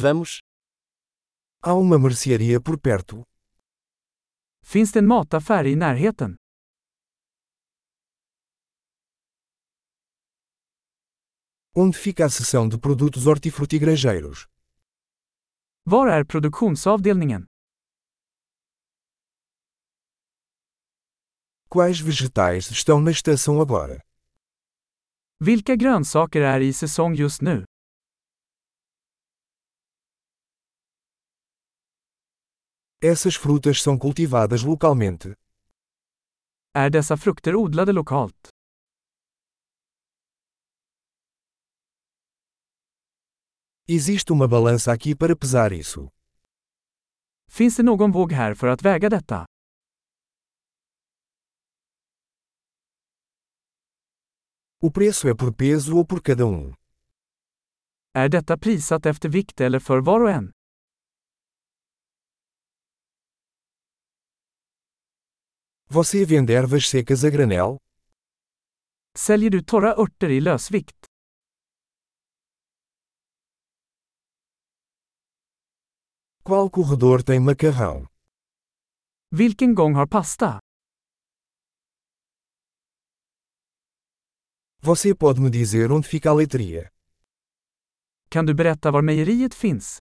Vamos. Há uma mercearia por perto. Finns det en mataffär i närheten? Onde fica a seção de produtos hortifrutigranjeiros? Var är produktionsavdelningen? Quais vegetais estão na estação agora? Vilka grönsaker är i säsong just nu? Essas frutas são cultivadas localmente. Är dessa frukter odlade lokalt? Existe uma balança aqui para pesar isso. Finns det någon våg här för att väga detta? O preço é por peso ou por cada um? Är detta prissatt efter vikt eller för var och en? Você vende ervas secas a granel? Säljer du torra örter i lösvikt? Qual corredor tem macarrão? Vilken gång har pasta? Você pode me dizer onde fica a leitria? Kan du berätta var mejeriet finns?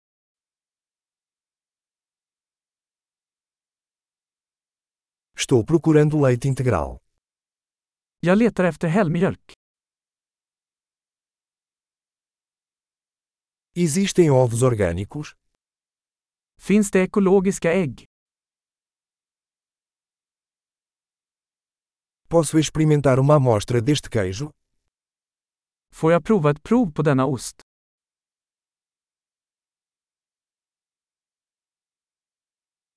Estou procurando leite integral. Jag letar efter helmjölk. Existem ovos orgânicos? Finns det ekologiska ägg? Posso experimentar uma amostra deste queijo? Får jag prova ett prov på denna ost?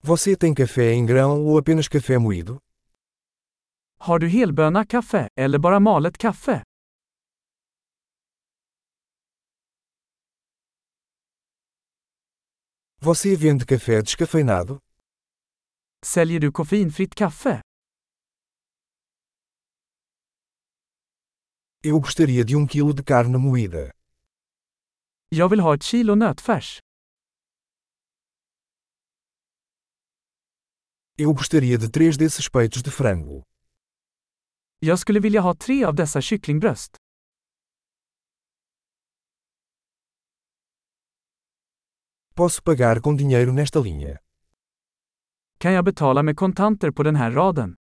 Você tem café em grão ou apenas café moído? Har du helböna kaffe, eller bara malet kaffe? Você vende café descafeinado? Säljer du koffeinfritt kaffe? Eu gostaria de um quilo de carne moída. Jag vill ha ett kilo nötfärs. Eu gostaria de três desses peitos de frango. Jag skulle vilja ha tre av dessa kycklingbröst. Posso pagar com dinheiro nesta linha. Kan jag betala med kontanter på den här raden?